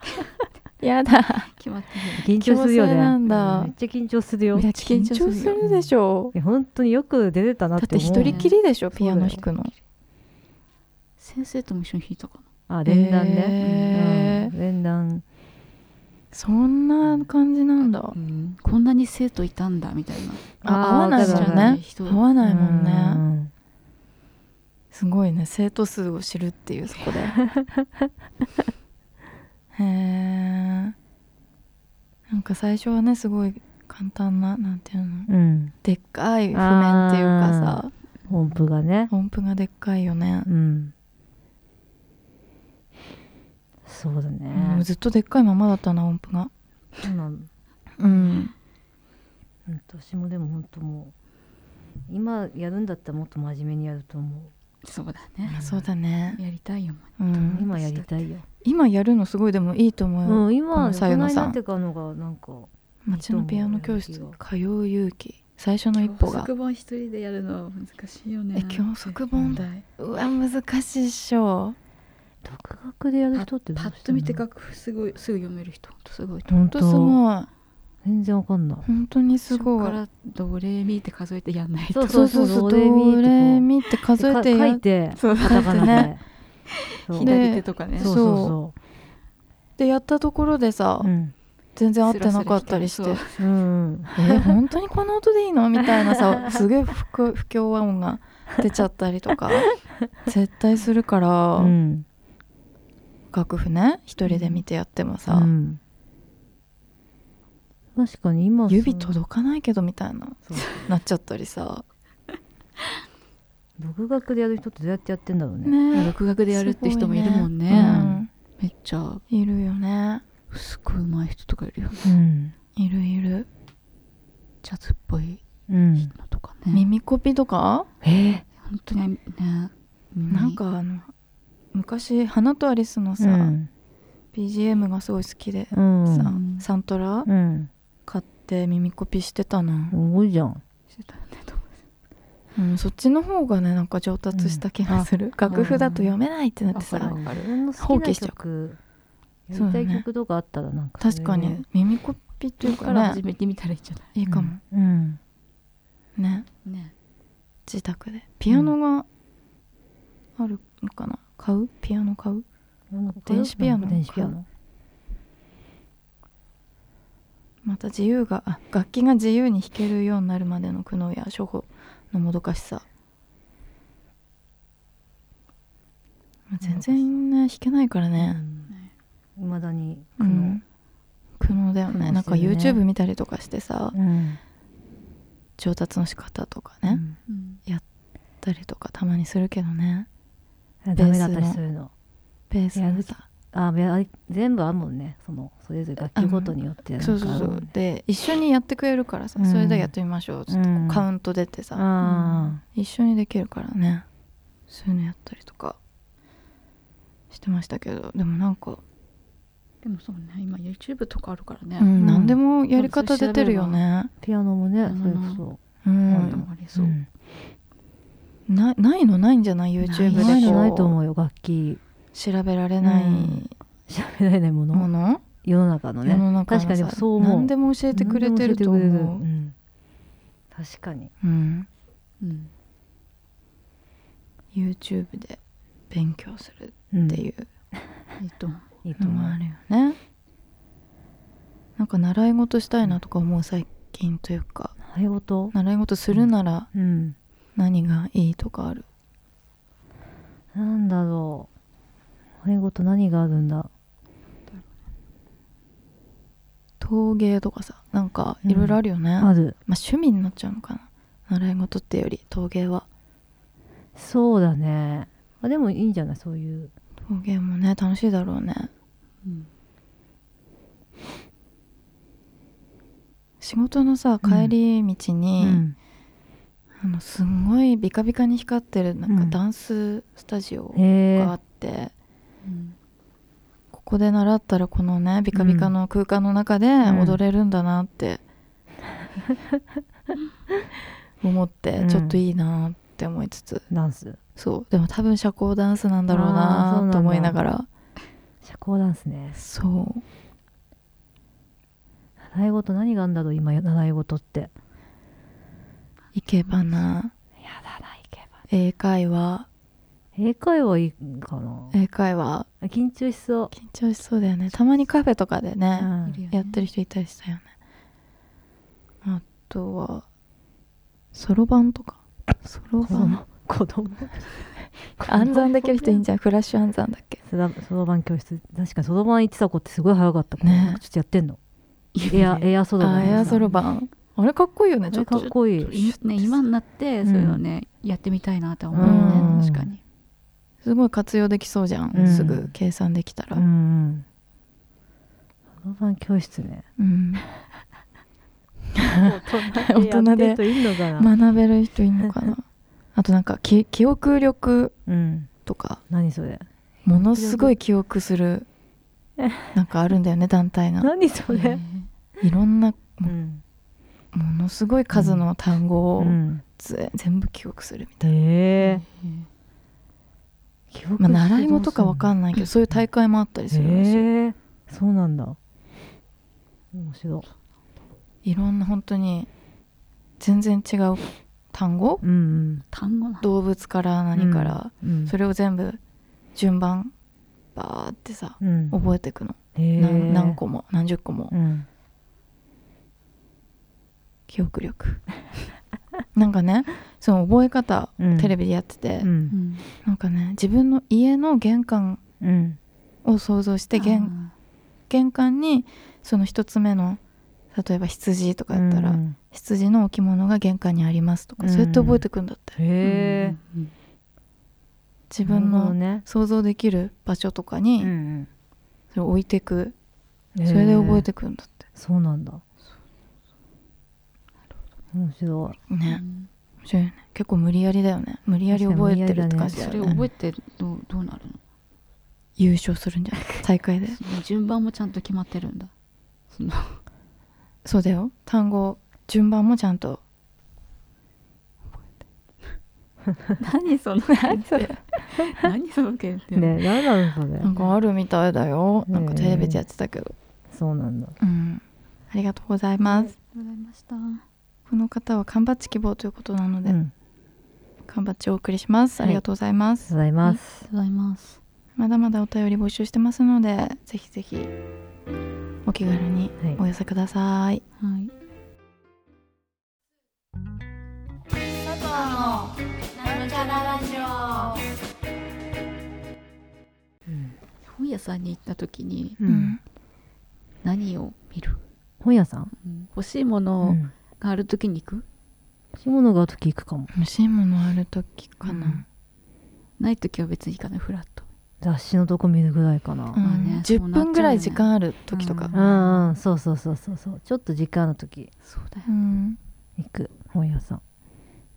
Speaker 2: やだ
Speaker 4: ない決まって
Speaker 3: 緊張するよね
Speaker 2: 強制なんだ
Speaker 3: うめっちゃ緊張するよ
Speaker 2: めっ
Speaker 3: い
Speaker 2: ち ゃ
Speaker 3: や
Speaker 2: 緊張するでしょ
Speaker 3: 本当によく出れたな
Speaker 2: だ
Speaker 3: っ
Speaker 2: ってて
Speaker 3: 思う
Speaker 2: 一人きりでし
Speaker 3: そ
Speaker 2: ょ
Speaker 3: うだ
Speaker 2: ピ
Speaker 3: よ
Speaker 2: アノ弾くの
Speaker 4: 先生とも一緒に弾いたか
Speaker 3: あ連弾ね
Speaker 2: へ、ー
Speaker 3: うん、連弾
Speaker 2: そんな感じなんだ
Speaker 4: な、うんこんなに生徒いたんだみたいな
Speaker 2: あ合わない
Speaker 3: じ
Speaker 2: も
Speaker 3: ゃ
Speaker 2: んね合わないもんねすごいね生徒数を知るっていうそこでへえんか最初はねすごい簡単ななんていうの
Speaker 3: うん
Speaker 2: でっかい譜面っていうかさ
Speaker 3: 音符がね
Speaker 2: 音符がでっかいよね
Speaker 3: う、んそうだ
Speaker 2: もう
Speaker 3: ね
Speaker 2: ずっとでっかいままだったな音符が
Speaker 3: そうなの
Speaker 2: うん
Speaker 3: うん私もでも本当もう今やるんだったらもっと真面目にやると思
Speaker 4: そうだね
Speaker 2: まあそうだね、
Speaker 4: やりたいよも
Speaker 2: う
Speaker 3: う、
Speaker 2: ん、今
Speaker 3: 今やりたいよ、
Speaker 2: やるのすごいでもいいと思うよ、
Speaker 3: うん、今
Speaker 2: こ
Speaker 3: は
Speaker 2: の
Speaker 3: 大
Speaker 2: さ
Speaker 3: 人
Speaker 2: ゆ
Speaker 3: に
Speaker 2: のさん
Speaker 3: なってからのがなんか
Speaker 2: 町のピアノ教室通う勇気最初の
Speaker 4: う
Speaker 2: 一歩が
Speaker 4: 本一人でやるのは難しいよ
Speaker 2: え教則本
Speaker 3: だ
Speaker 2: うわ難しいっしょ
Speaker 3: 独学でやる人ってどうしてんの
Speaker 4: 楽譜すごいすぐ読める人ほんとすごい
Speaker 2: ほん
Speaker 3: 本
Speaker 2: と
Speaker 3: 当
Speaker 2: すごい
Speaker 3: 全然わかんない
Speaker 2: 本当にす
Speaker 4: そ
Speaker 2: ご
Speaker 4: っ
Speaker 2: い
Speaker 4: からドレミって数えてやんない
Speaker 3: そ
Speaker 4: と
Speaker 3: うそうそう
Speaker 2: そ
Speaker 3: ド
Speaker 2: うド
Speaker 3: レミとか
Speaker 2: レミって数えて
Speaker 3: か書
Speaker 2: や
Speaker 3: いて
Speaker 4: そう
Speaker 3: カタカナ で、そう
Speaker 2: で
Speaker 4: 左手とかね
Speaker 3: そうそうそ
Speaker 2: でやったところでさ、
Speaker 3: ううん
Speaker 2: 全然合ってなかったりして
Speaker 4: スラス
Speaker 3: うん
Speaker 2: え本当にこの音でいいのみたいなさ すげえ不協不協和音が出ちゃったりと か絶対するから、
Speaker 3: うん
Speaker 2: 楽譜ね一人で見てやってもさ、
Speaker 3: うん確かに今
Speaker 2: 指
Speaker 3: その
Speaker 2: 届かないけどみたいな
Speaker 3: そう
Speaker 2: なっちゃったりさ
Speaker 3: 独学でやる人ってどうやってやってんだろうね
Speaker 4: ラ
Speaker 2: ね
Speaker 4: 独学でやるって人もいるもんね
Speaker 2: う
Speaker 3: ね
Speaker 2: ん、
Speaker 4: めっちゃ
Speaker 2: いるよね
Speaker 4: すごい上手い人とかいるよね
Speaker 3: うん
Speaker 2: いるいる
Speaker 4: シャツっぽい
Speaker 3: うん。
Speaker 4: のとかね
Speaker 2: 耳コピとか
Speaker 3: え
Speaker 4: 本当にね耳
Speaker 2: なんかあの昔花とアリス
Speaker 3: ー、
Speaker 2: のさ、BGM がすごい好きで、
Speaker 3: うん。う
Speaker 2: さ
Speaker 3: ん。
Speaker 2: サントラ
Speaker 3: うん。
Speaker 2: 買って耳コピしてたな
Speaker 3: す、ごいじゃん。
Speaker 4: してたよね
Speaker 2: うん、そっちの方がねなんか上達した気がする、楽譜だと読めないってなって
Speaker 4: わか
Speaker 2: さ
Speaker 4: るわか
Speaker 3: 自
Speaker 4: る
Speaker 3: 分の
Speaker 2: 放
Speaker 3: 好き
Speaker 2: 棄
Speaker 3: な
Speaker 2: しちゃ
Speaker 3: 曲や
Speaker 2: そう
Speaker 3: り
Speaker 2: だ
Speaker 3: た
Speaker 2: ね
Speaker 3: い曲とかあったらなんか
Speaker 2: 確かに耳コピという
Speaker 4: か
Speaker 2: からね
Speaker 4: 始めてみたらいいんじゃない
Speaker 2: いいかも、
Speaker 3: うん、うん
Speaker 2: ね
Speaker 4: ね
Speaker 2: 自宅でピアノがあるのかな、買うピアノ買う電子ピアノ
Speaker 3: 電子ピアノ
Speaker 2: また自由があ楽器が自由に弾けるようになるまでの苦悩や処方のもどかしさまあ全然ね弾けないからね
Speaker 3: いまだに
Speaker 2: う
Speaker 3: 苦悩
Speaker 2: ん苦悩だよね
Speaker 3: 苦悩してるね
Speaker 2: なんか YouTube 見たりとかしてさ
Speaker 3: うん
Speaker 2: 上達の仕方とか
Speaker 3: う
Speaker 2: ね、
Speaker 3: ん
Speaker 4: うん
Speaker 2: たりとかたまにするけどね
Speaker 3: あダメだったりするの
Speaker 2: ベースのさ
Speaker 3: あいやあれ全部あるもんねそのそれぞれ楽器ごとによってなんか
Speaker 2: そ
Speaker 3: あ
Speaker 2: う
Speaker 3: る
Speaker 2: そ
Speaker 3: もんね
Speaker 2: うそうで一緒にやってくれるから
Speaker 3: う
Speaker 2: さ、
Speaker 3: ん
Speaker 2: それでやってみましょうつってこう
Speaker 3: うん
Speaker 2: カウント出てさ、
Speaker 3: あ
Speaker 2: 一緒にできるからねそういうのやったりとかしてましたけどでもなんか、
Speaker 4: でもそうね今 YouTube とかあるからね、
Speaker 2: うん
Speaker 3: ん
Speaker 2: 何でもやり方出てるよね、
Speaker 3: ーピアノもね
Speaker 4: うん
Speaker 3: それこ
Speaker 2: う
Speaker 3: そ
Speaker 4: うんん、ありそう、
Speaker 3: ん
Speaker 2: なないのないんじゃない
Speaker 4: 全
Speaker 2: YouTube
Speaker 4: 部
Speaker 2: で
Speaker 3: ないのないと
Speaker 2: こ
Speaker 3: 思
Speaker 2: う
Speaker 3: うよ楽器
Speaker 2: 調べられない
Speaker 3: うん喋られないも
Speaker 2: も
Speaker 3: の
Speaker 2: の、
Speaker 3: 世の中の
Speaker 2: 世の
Speaker 3: ね
Speaker 2: 中のさ
Speaker 3: 確かにそう思う
Speaker 2: 何でも教えてくれてると
Speaker 3: 何でも
Speaker 2: 思
Speaker 3: 教えてく
Speaker 2: う
Speaker 3: れるん確かに
Speaker 2: うん、
Speaker 4: うん、
Speaker 2: YouTube で勉強する
Speaker 3: うん
Speaker 2: っていう
Speaker 4: いいと思う
Speaker 3: いいと
Speaker 2: の
Speaker 3: 思
Speaker 2: も
Speaker 3: う
Speaker 2: あるよねなんか習い事したいなとか思う最近というか
Speaker 3: 習い事
Speaker 2: 習い事するなら
Speaker 3: うん
Speaker 2: 何がいいとかある
Speaker 3: なんだろう。習い事何があるんだ。
Speaker 2: 陶芸とかさなんか
Speaker 3: うん
Speaker 2: いろいろあるよね、ま
Speaker 3: あ
Speaker 2: あ
Speaker 3: る。
Speaker 2: 趣味になっちゃうのかな習い事ってより陶芸は
Speaker 3: そうだね。あでもいいんじゃないそういう。
Speaker 2: 陶芸もね楽しいだろうね
Speaker 4: うん
Speaker 2: 仕事のさ帰り道
Speaker 3: う
Speaker 2: に、。あのすんごいビカビカに光ってるなんか
Speaker 3: うん
Speaker 2: ダンススタジオ
Speaker 3: へえ
Speaker 2: があ。って、
Speaker 4: うん
Speaker 2: ここで習ったらこのねビカビカの空間の中で
Speaker 3: ん
Speaker 2: 踊れるんだな って、思って、
Speaker 3: うん
Speaker 2: ちょっといいなって思いつつ
Speaker 3: ダンス。
Speaker 2: そうでも多分社交ダンスなんだろう
Speaker 3: あーそうな
Speaker 2: なん
Speaker 3: だ
Speaker 2: と思いながら
Speaker 3: 社交ダンスね。
Speaker 2: そう
Speaker 3: 習い事何があるんだろう今習い事って。
Speaker 2: いけばな
Speaker 3: やだな、いけば。
Speaker 2: 英会話
Speaker 3: 英会話いいかな。
Speaker 2: 英会話
Speaker 3: あ緊張しそう。
Speaker 2: 緊張しそうだよねたまにカフェとかでね、
Speaker 3: うん
Speaker 4: いるよね
Speaker 2: やってる人いたりしたよねあとはそろばんとかそろ
Speaker 3: 子
Speaker 2: ばん
Speaker 3: 供。子供。
Speaker 2: 暗算できる人いいんじゃんフラッシュ暗算だっけ
Speaker 3: そろそろばん教室。確かにそろばん行ってた子ってすごい早かったから。
Speaker 2: ね
Speaker 3: なんかちょっとやってんの。エア、エアそろばん
Speaker 2: あ
Speaker 3: のさ。
Speaker 2: エアそろばんあれかっこいいよね
Speaker 3: あ
Speaker 2: ちょ
Speaker 3: れ
Speaker 2: っ
Speaker 3: か
Speaker 2: と
Speaker 3: っこいい。
Speaker 4: いね、今になってそういうのね、やってみたいなとは思うよ
Speaker 3: うん
Speaker 4: ね確かに
Speaker 2: すごい活用できそうじゃん、
Speaker 3: うん
Speaker 2: すぐ計算できたら、
Speaker 3: うんうん。そろばん教室ね。
Speaker 2: うん
Speaker 3: 大
Speaker 2: 人でやってる人
Speaker 3: いいのかな、
Speaker 2: 学べる人いるのかな あとなんかき記憶力
Speaker 3: うん
Speaker 2: とか
Speaker 3: 何それ
Speaker 2: ものすごい記憶するなんかあるんだよね団体 が
Speaker 3: 何そ
Speaker 4: へえ
Speaker 3: れ、
Speaker 2: いろんな
Speaker 3: うん
Speaker 2: ものすごい数の単語を
Speaker 3: うん、
Speaker 2: ぜ全部記憶するみたい
Speaker 3: え
Speaker 4: へえ
Speaker 3: ー、記憶
Speaker 2: な、まあ、習い事かわか
Speaker 3: ん
Speaker 2: んないけどそういう大会もあったりするらしい、
Speaker 3: えー、そうなんだ面白い
Speaker 2: いろんな本当に全然違う単語
Speaker 3: うん
Speaker 4: 単語な
Speaker 2: 動物から何から、
Speaker 3: うんうん
Speaker 2: それを全部順番バーってさ
Speaker 3: うん
Speaker 2: 覚えていくの、
Speaker 3: えー、
Speaker 2: 何何個も何十個も、
Speaker 3: うん
Speaker 2: 記憶力 なんかねその覚え方、
Speaker 3: うん
Speaker 2: テレビでやってて、
Speaker 3: うん
Speaker 2: なんかね自分の家の玄関
Speaker 3: うん
Speaker 2: を想像して玄玄関にその一つ目の例えば羊とかやったら、
Speaker 3: うん
Speaker 2: 羊の置物が玄関にありますとか、
Speaker 3: うん
Speaker 2: そうやって覚えてくんだって
Speaker 3: へえ
Speaker 2: 自分の
Speaker 3: ね、
Speaker 2: 想像できる場所とか
Speaker 3: う
Speaker 2: に
Speaker 3: ん
Speaker 2: それを置いていく、
Speaker 3: うん、
Speaker 2: それで覚え
Speaker 3: え
Speaker 2: てくんだって、
Speaker 3: ーそうなんだ面白い
Speaker 2: ね
Speaker 4: うん
Speaker 2: 面白いね結構無理やりだよね無理やり覚えてるって感じだ
Speaker 4: そ
Speaker 2: よ
Speaker 4: れ
Speaker 2: ね
Speaker 4: 覚えてどうどうなる
Speaker 2: 優勝するんじゃない大会で
Speaker 4: のその順番もちゃんと決まってるんだその
Speaker 2: そうだよ単語順番もちゃんと
Speaker 4: 何その何それ 何その検定
Speaker 3: ね何なのそ
Speaker 2: な
Speaker 3: れ
Speaker 2: んかあるみたいだよなんか
Speaker 3: へえ
Speaker 2: テレビでやってたけど
Speaker 3: そうなんだ
Speaker 2: うんありがとうございます
Speaker 4: ございました
Speaker 2: この方は缶バッチ希望ということなの
Speaker 3: う
Speaker 2: で
Speaker 3: ん
Speaker 2: 缶バッチをお送りしますありがとうございます
Speaker 3: ございます
Speaker 4: ございます
Speaker 2: まだまだお便り募集してますのでぜひぜひお気軽に
Speaker 3: はい
Speaker 2: お寄せください、
Speaker 4: はい
Speaker 1: なんちゃらラジオ
Speaker 3: うん
Speaker 4: 本屋さんに行った時に
Speaker 3: うん
Speaker 4: 何を見る、
Speaker 3: 本屋さん
Speaker 4: 欲しいも
Speaker 3: う
Speaker 4: の
Speaker 3: ん
Speaker 4: がある時に行く、
Speaker 3: 欲しいものがある時行くかも
Speaker 2: 欲しいものある時かな、
Speaker 4: ない時は別に行かないフラット
Speaker 3: 雑誌のとこ見るぐらいかな
Speaker 2: うん
Speaker 4: まあね
Speaker 2: 10分ぐらい時間ある時とか
Speaker 4: そうなっちゃうよ
Speaker 3: う
Speaker 4: ね
Speaker 3: んうんそうそうそうそうそうちょっと時間の時
Speaker 4: そうだよ
Speaker 2: うん
Speaker 3: 行く本屋さん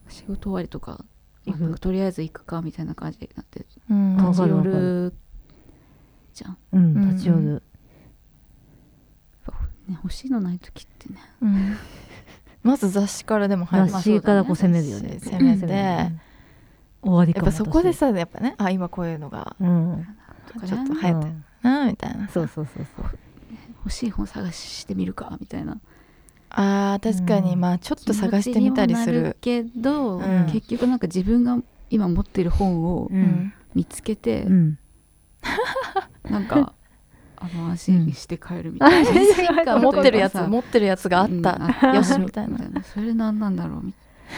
Speaker 4: 仕事終わりとか
Speaker 3: 行く
Speaker 4: まあなんかとりあえず行くかみたいな感じになって
Speaker 2: うん
Speaker 3: わ
Speaker 4: 立
Speaker 3: か
Speaker 4: ち
Speaker 3: る
Speaker 4: 寄
Speaker 3: わかる
Speaker 4: るじゃん、
Speaker 3: うん
Speaker 2: うん
Speaker 3: 立ち寄
Speaker 2: う
Speaker 3: る
Speaker 4: ね、欲しいのない時ってね
Speaker 2: うんまず雑誌からでも入る
Speaker 3: 雑誌からこう攻めるよ
Speaker 2: まあ
Speaker 3: ね
Speaker 2: そうだね攻めて
Speaker 3: うん終わりか
Speaker 2: やっ
Speaker 3: も
Speaker 2: ぱそこで
Speaker 3: 私
Speaker 2: さやっぱねあ今こういうのが
Speaker 3: うん
Speaker 4: とかね
Speaker 2: ちょっと流行ってるなみたいな
Speaker 3: そうそうそうそう
Speaker 4: 欲しい本探してみるかみたいな
Speaker 2: あー確かに
Speaker 3: うん
Speaker 2: まあちょっと探してみたりする
Speaker 4: 気持ちにもなるけど、
Speaker 2: うん
Speaker 4: 結局なんか自分が今持ってる本を
Speaker 3: う
Speaker 2: うんん
Speaker 4: 見つけて、
Speaker 3: うん
Speaker 4: なん かあの安心して帰るみたいな、安心
Speaker 2: 持ってるやつ
Speaker 4: っ
Speaker 2: 持ってるやつがあった、よしみたいな
Speaker 4: それなんなんだろうみ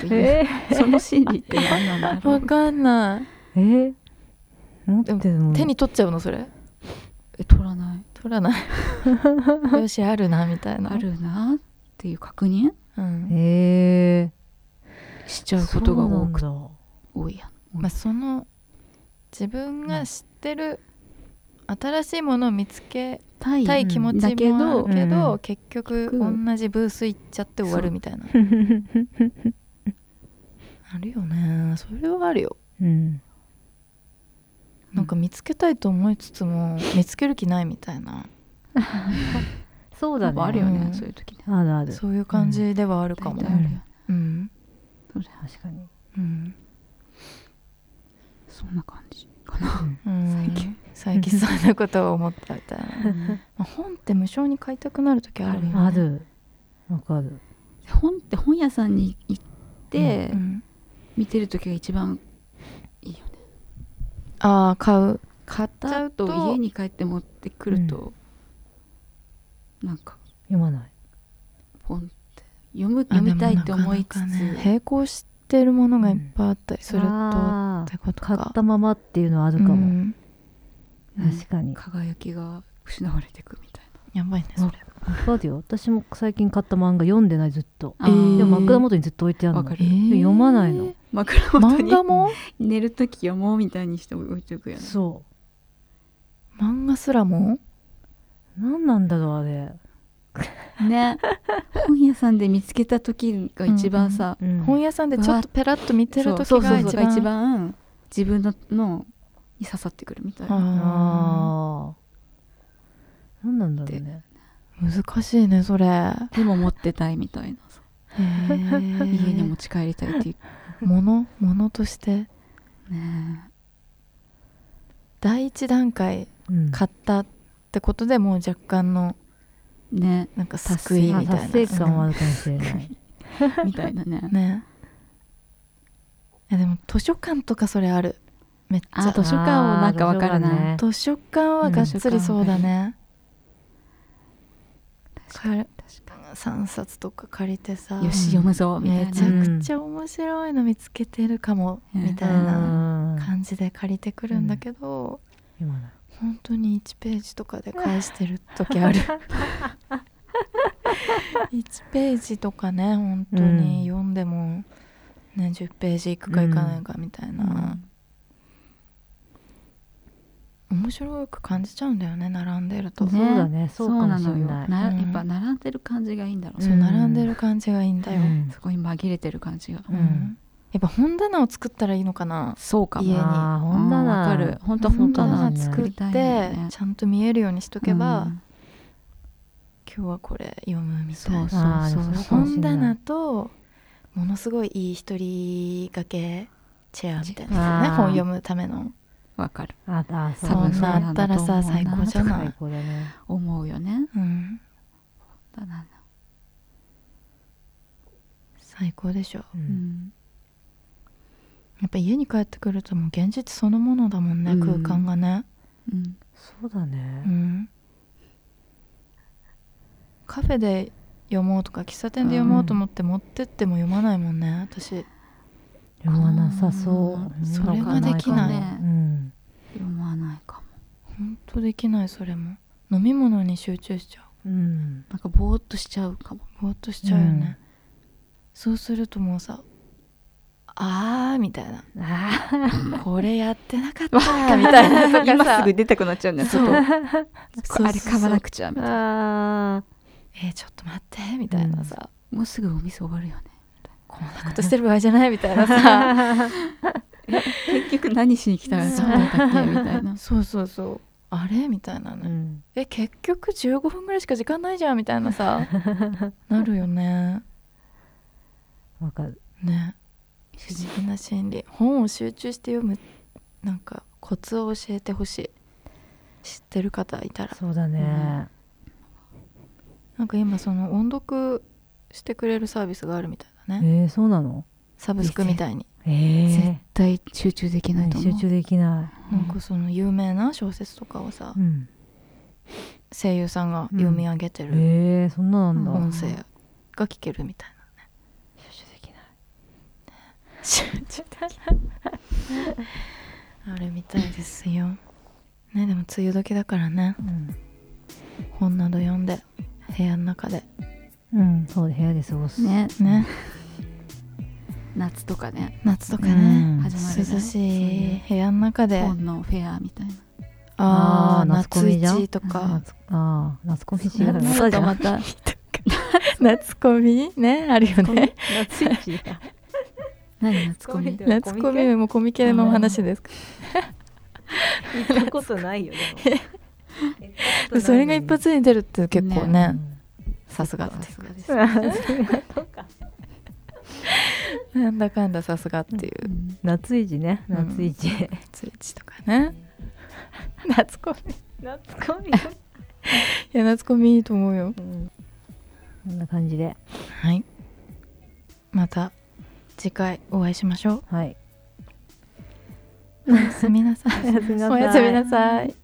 Speaker 4: たいな、その心理って何なんだろ
Speaker 2: わ
Speaker 4: う
Speaker 2: かんない
Speaker 3: えー持ってるの
Speaker 2: 手に取っちゃうのそれ
Speaker 4: え取らない
Speaker 2: 取らない よしあるなみたいな
Speaker 4: あるなっていう確認
Speaker 2: うん
Speaker 3: え
Speaker 4: しちゃうことが多く多いやん
Speaker 2: まあ、その自分が知ってる新しいものを見つけ
Speaker 4: た
Speaker 2: たい気持ちもある
Speaker 3: だ
Speaker 2: け
Speaker 3: けど
Speaker 2: ど、
Speaker 3: うん
Speaker 2: 結局
Speaker 4: 結局
Speaker 2: 同じブース行っちゃって終わるみたいなあるよねそれはあるよ
Speaker 3: うん
Speaker 2: なんか見つけたいと思いつつも見つける気ないみたいな、
Speaker 3: そう
Speaker 4: な
Speaker 3: だ
Speaker 4: ん
Speaker 3: ね
Speaker 4: かあるよね、
Speaker 2: うん
Speaker 4: そういう時ね
Speaker 3: あるある
Speaker 2: そういう感じではあるか
Speaker 4: 大
Speaker 2: も
Speaker 4: 体あるよね
Speaker 2: うん
Speaker 4: そうだよ
Speaker 3: 確かに
Speaker 2: うん、
Speaker 4: そんな感じかな、
Speaker 2: うん
Speaker 4: 最近
Speaker 2: 最近そんなことを思ったみたいな、 まあ、本って無償に買いたくなる時あるよね
Speaker 3: あるわかる
Speaker 4: 本って本屋さんに行って
Speaker 2: うん
Speaker 4: 見てる時が一番いいよね
Speaker 2: ああ買う
Speaker 4: 買っちゃう
Speaker 2: 買う
Speaker 4: と
Speaker 2: と
Speaker 4: 家に帰って持ってくると、なんか
Speaker 3: 読まない
Speaker 4: ポンって読む
Speaker 2: あ
Speaker 4: 読みたいって
Speaker 2: でも
Speaker 4: 思い
Speaker 2: な
Speaker 4: つつ
Speaker 2: かなかね並行してるものがいっぱいあったりすると、
Speaker 3: あ
Speaker 2: っ
Speaker 3: ー
Speaker 2: てこと
Speaker 3: 買
Speaker 2: か
Speaker 3: ったままっていうのはあるか
Speaker 2: う
Speaker 3: も
Speaker 2: ん
Speaker 4: うん
Speaker 3: 確かに
Speaker 4: 輝きが失われてくみたい
Speaker 2: やばいねそれ
Speaker 3: わかるよ私も最近買った漫画読んでないずっと
Speaker 4: な
Speaker 2: えー
Speaker 3: でも枕
Speaker 4: も
Speaker 3: 元にずっと置いてある
Speaker 4: わか
Speaker 3: の
Speaker 4: る
Speaker 3: 読まないの
Speaker 4: 枕元
Speaker 2: 漫
Speaker 4: に
Speaker 2: 画も
Speaker 4: 寝る時読もうみたいにして置いておくよね
Speaker 3: そ
Speaker 2: 漫画すらも
Speaker 3: う何なんだろうあれ
Speaker 4: ね本屋さんで見つけた時が一番さ、
Speaker 2: 本
Speaker 3: 屋
Speaker 2: 屋さんでちょっとペラッと見てる
Speaker 4: そう
Speaker 2: 時
Speaker 4: そう
Speaker 2: が
Speaker 4: そう
Speaker 2: 一
Speaker 4: が
Speaker 2: 番
Speaker 4: 一番自分ののに刺さってくるみたいな
Speaker 2: あ
Speaker 3: ああ何なんだろうね
Speaker 2: ー難しいねそれへ
Speaker 4: でも持ってたいみたいなさ 家に持
Speaker 2: え
Speaker 4: ち帰りたいっていう
Speaker 2: 物物として
Speaker 4: ね
Speaker 2: 第一段階
Speaker 3: うん
Speaker 2: 買ったってことでもう若干の
Speaker 4: えね
Speaker 2: なんか救い
Speaker 3: あ
Speaker 2: みたいな
Speaker 3: 達成感はあるかもしれ ない
Speaker 4: えみたいなね
Speaker 2: ねえでも図書館とかそれあるめっち
Speaker 4: あ
Speaker 2: ゃ
Speaker 4: 図書館もなんかわかるな、
Speaker 3: あー図書館ね
Speaker 2: 図書館はがっつりそうだね、
Speaker 4: 確かに確か
Speaker 2: 3冊とか借りてさ
Speaker 4: によし読むぞみたい
Speaker 2: め
Speaker 4: な
Speaker 2: ちゃくちゃ面白いの見つけてるかも、
Speaker 4: うん
Speaker 2: みたいな感じで借りてくるんだけど、
Speaker 3: うん読まない
Speaker 2: 本当に1ページとかで返してる時 ある1ページとかね本当に読んでも、ね、10ページいくかいかないかみたいな、
Speaker 4: うん
Speaker 2: 面白く感じちゃうんだよね並んでると、
Speaker 3: そうだねそうかもし
Speaker 4: そ
Speaker 3: れ
Speaker 4: う
Speaker 3: な
Speaker 4: ないのよ
Speaker 2: うん
Speaker 4: やっぱ並んでる感じがいいんだろう、
Speaker 2: そう
Speaker 3: うん
Speaker 2: 並んでる感じがいいんだよ、
Speaker 3: うん
Speaker 4: そこに紛れてる感じが、
Speaker 3: うん
Speaker 2: やっぱ本棚を作ったらいいのかな
Speaker 4: そうかも
Speaker 2: 家に
Speaker 3: あー本
Speaker 4: うん
Speaker 3: 棚
Speaker 4: わかる本当
Speaker 2: 本
Speaker 4: 本当
Speaker 3: だ
Speaker 4: だ
Speaker 2: 棚
Speaker 3: ね
Speaker 2: 作っ
Speaker 4: 作
Speaker 2: て、
Speaker 4: りたいよね
Speaker 2: ちゃんと見えるようにしと
Speaker 4: と
Speaker 2: けば、今日はこれ読むみたいな
Speaker 4: そう
Speaker 3: あー
Speaker 4: そうそう
Speaker 3: でもかもし
Speaker 2: 本
Speaker 3: れない
Speaker 2: 棚とものすごいいい一人掛けチェアみたいな、ね、
Speaker 3: あー
Speaker 2: 本読むための
Speaker 4: わかる
Speaker 3: ああそう
Speaker 4: 多分
Speaker 2: そん
Speaker 4: そう
Speaker 2: なあ
Speaker 4: な
Speaker 2: っ
Speaker 4: ん
Speaker 2: た
Speaker 4: だ
Speaker 2: ら
Speaker 4: と思うな
Speaker 2: さ最高じゃな
Speaker 3: 最
Speaker 2: い、
Speaker 3: 高だね
Speaker 4: 思うよね
Speaker 2: うん、
Speaker 4: だな
Speaker 2: 最高でしょ
Speaker 3: う
Speaker 4: うんん
Speaker 2: やっぱ家に帰ってくるともう現実そのものだもんね、
Speaker 4: うん
Speaker 2: 空間がね、
Speaker 4: うん
Speaker 3: そうだ
Speaker 2: う
Speaker 3: ね
Speaker 2: ん、カフェで読もうとか喫茶店で読もうと思って持ってっても読まないもんね私
Speaker 3: 読まなさそう
Speaker 4: うん
Speaker 2: それができない
Speaker 3: かうん
Speaker 4: 読まないかも
Speaker 2: ほんとできないそれも飲み物に集中しちゃ
Speaker 3: うん
Speaker 4: なんかぼーっとしちゃうかも
Speaker 2: うぼーっとしちゃうよね、そうするともうさあーみたいな
Speaker 3: あ
Speaker 2: これやってなかったみた いなとか
Speaker 4: 今
Speaker 2: さ
Speaker 4: すぐ出たくなっちゃうんだよ
Speaker 2: そう
Speaker 4: あれ買わなくちゃみ
Speaker 3: ー
Speaker 4: たいな
Speaker 3: あ
Speaker 2: えーちょっと待ってみたいなさ、
Speaker 4: もうすぐお店終わるよね
Speaker 2: こんなことしてる場合じゃないみたいなさ
Speaker 4: 結局何しに来たらだったんだっけみたいな
Speaker 2: そうそうそうあれみたいな
Speaker 3: ー
Speaker 2: ね、
Speaker 3: うん
Speaker 2: え結局15分ぐらいしか時間ないじゃんみたいなさなるよね
Speaker 3: わかる
Speaker 2: ね不思議な心理本を集中して読むなんかコツを教えてほしい知ってる方いたら
Speaker 3: そうだね
Speaker 2: なんか今その音読してくれるサービスがあるみたいだね
Speaker 3: えーそうなの
Speaker 2: サブスクみたいに
Speaker 3: え
Speaker 4: 絶対集中できない
Speaker 3: え
Speaker 4: と思う
Speaker 3: 集中できな
Speaker 2: なんかその有名な小説とかをさ
Speaker 3: いうん
Speaker 2: 声優さんが読み上げてる
Speaker 3: えーそんななんだ
Speaker 4: うん
Speaker 2: 音声が聞けるみたいな
Speaker 3: 集中できない
Speaker 2: 集中的 あれみたいですよねでも梅雨時だからね本など読んで部屋の中で
Speaker 3: うんうんそう部屋で過ごす
Speaker 4: ね
Speaker 2: ね
Speaker 4: 夏とかね
Speaker 2: 夏とかね、
Speaker 3: うん
Speaker 4: 始まるね
Speaker 2: 涼しい部屋の中で
Speaker 4: 本のフェアみたいな
Speaker 2: ああ
Speaker 3: あー夏コ
Speaker 2: 夏
Speaker 3: ミじゃん
Speaker 2: 一とか
Speaker 3: 夏ああ夏コミし
Speaker 4: 違
Speaker 3: や
Speaker 4: う
Speaker 3: がる
Speaker 4: 夏とまた
Speaker 2: 夏コミねあるよね
Speaker 3: 夏コミ
Speaker 4: 何夏コミ
Speaker 2: 夏コミもコミケの話ですか
Speaker 3: 行ったことないよ
Speaker 2: ら それが一発に出るって結構
Speaker 3: ね
Speaker 2: ねさすがっていう
Speaker 4: です
Speaker 2: なんだかんださすがっていう
Speaker 3: 夏いじね
Speaker 2: うん
Speaker 3: 夏い じ
Speaker 2: 夏一とかね夏コミ
Speaker 3: 夏コミ
Speaker 2: いや夏コミいいと思うよ
Speaker 3: こんな感じで
Speaker 2: はいまた次回お会いしましょ
Speaker 3: はい
Speaker 2: うおやすみなさい
Speaker 3: お やすみなさい
Speaker 2: おやすみなさい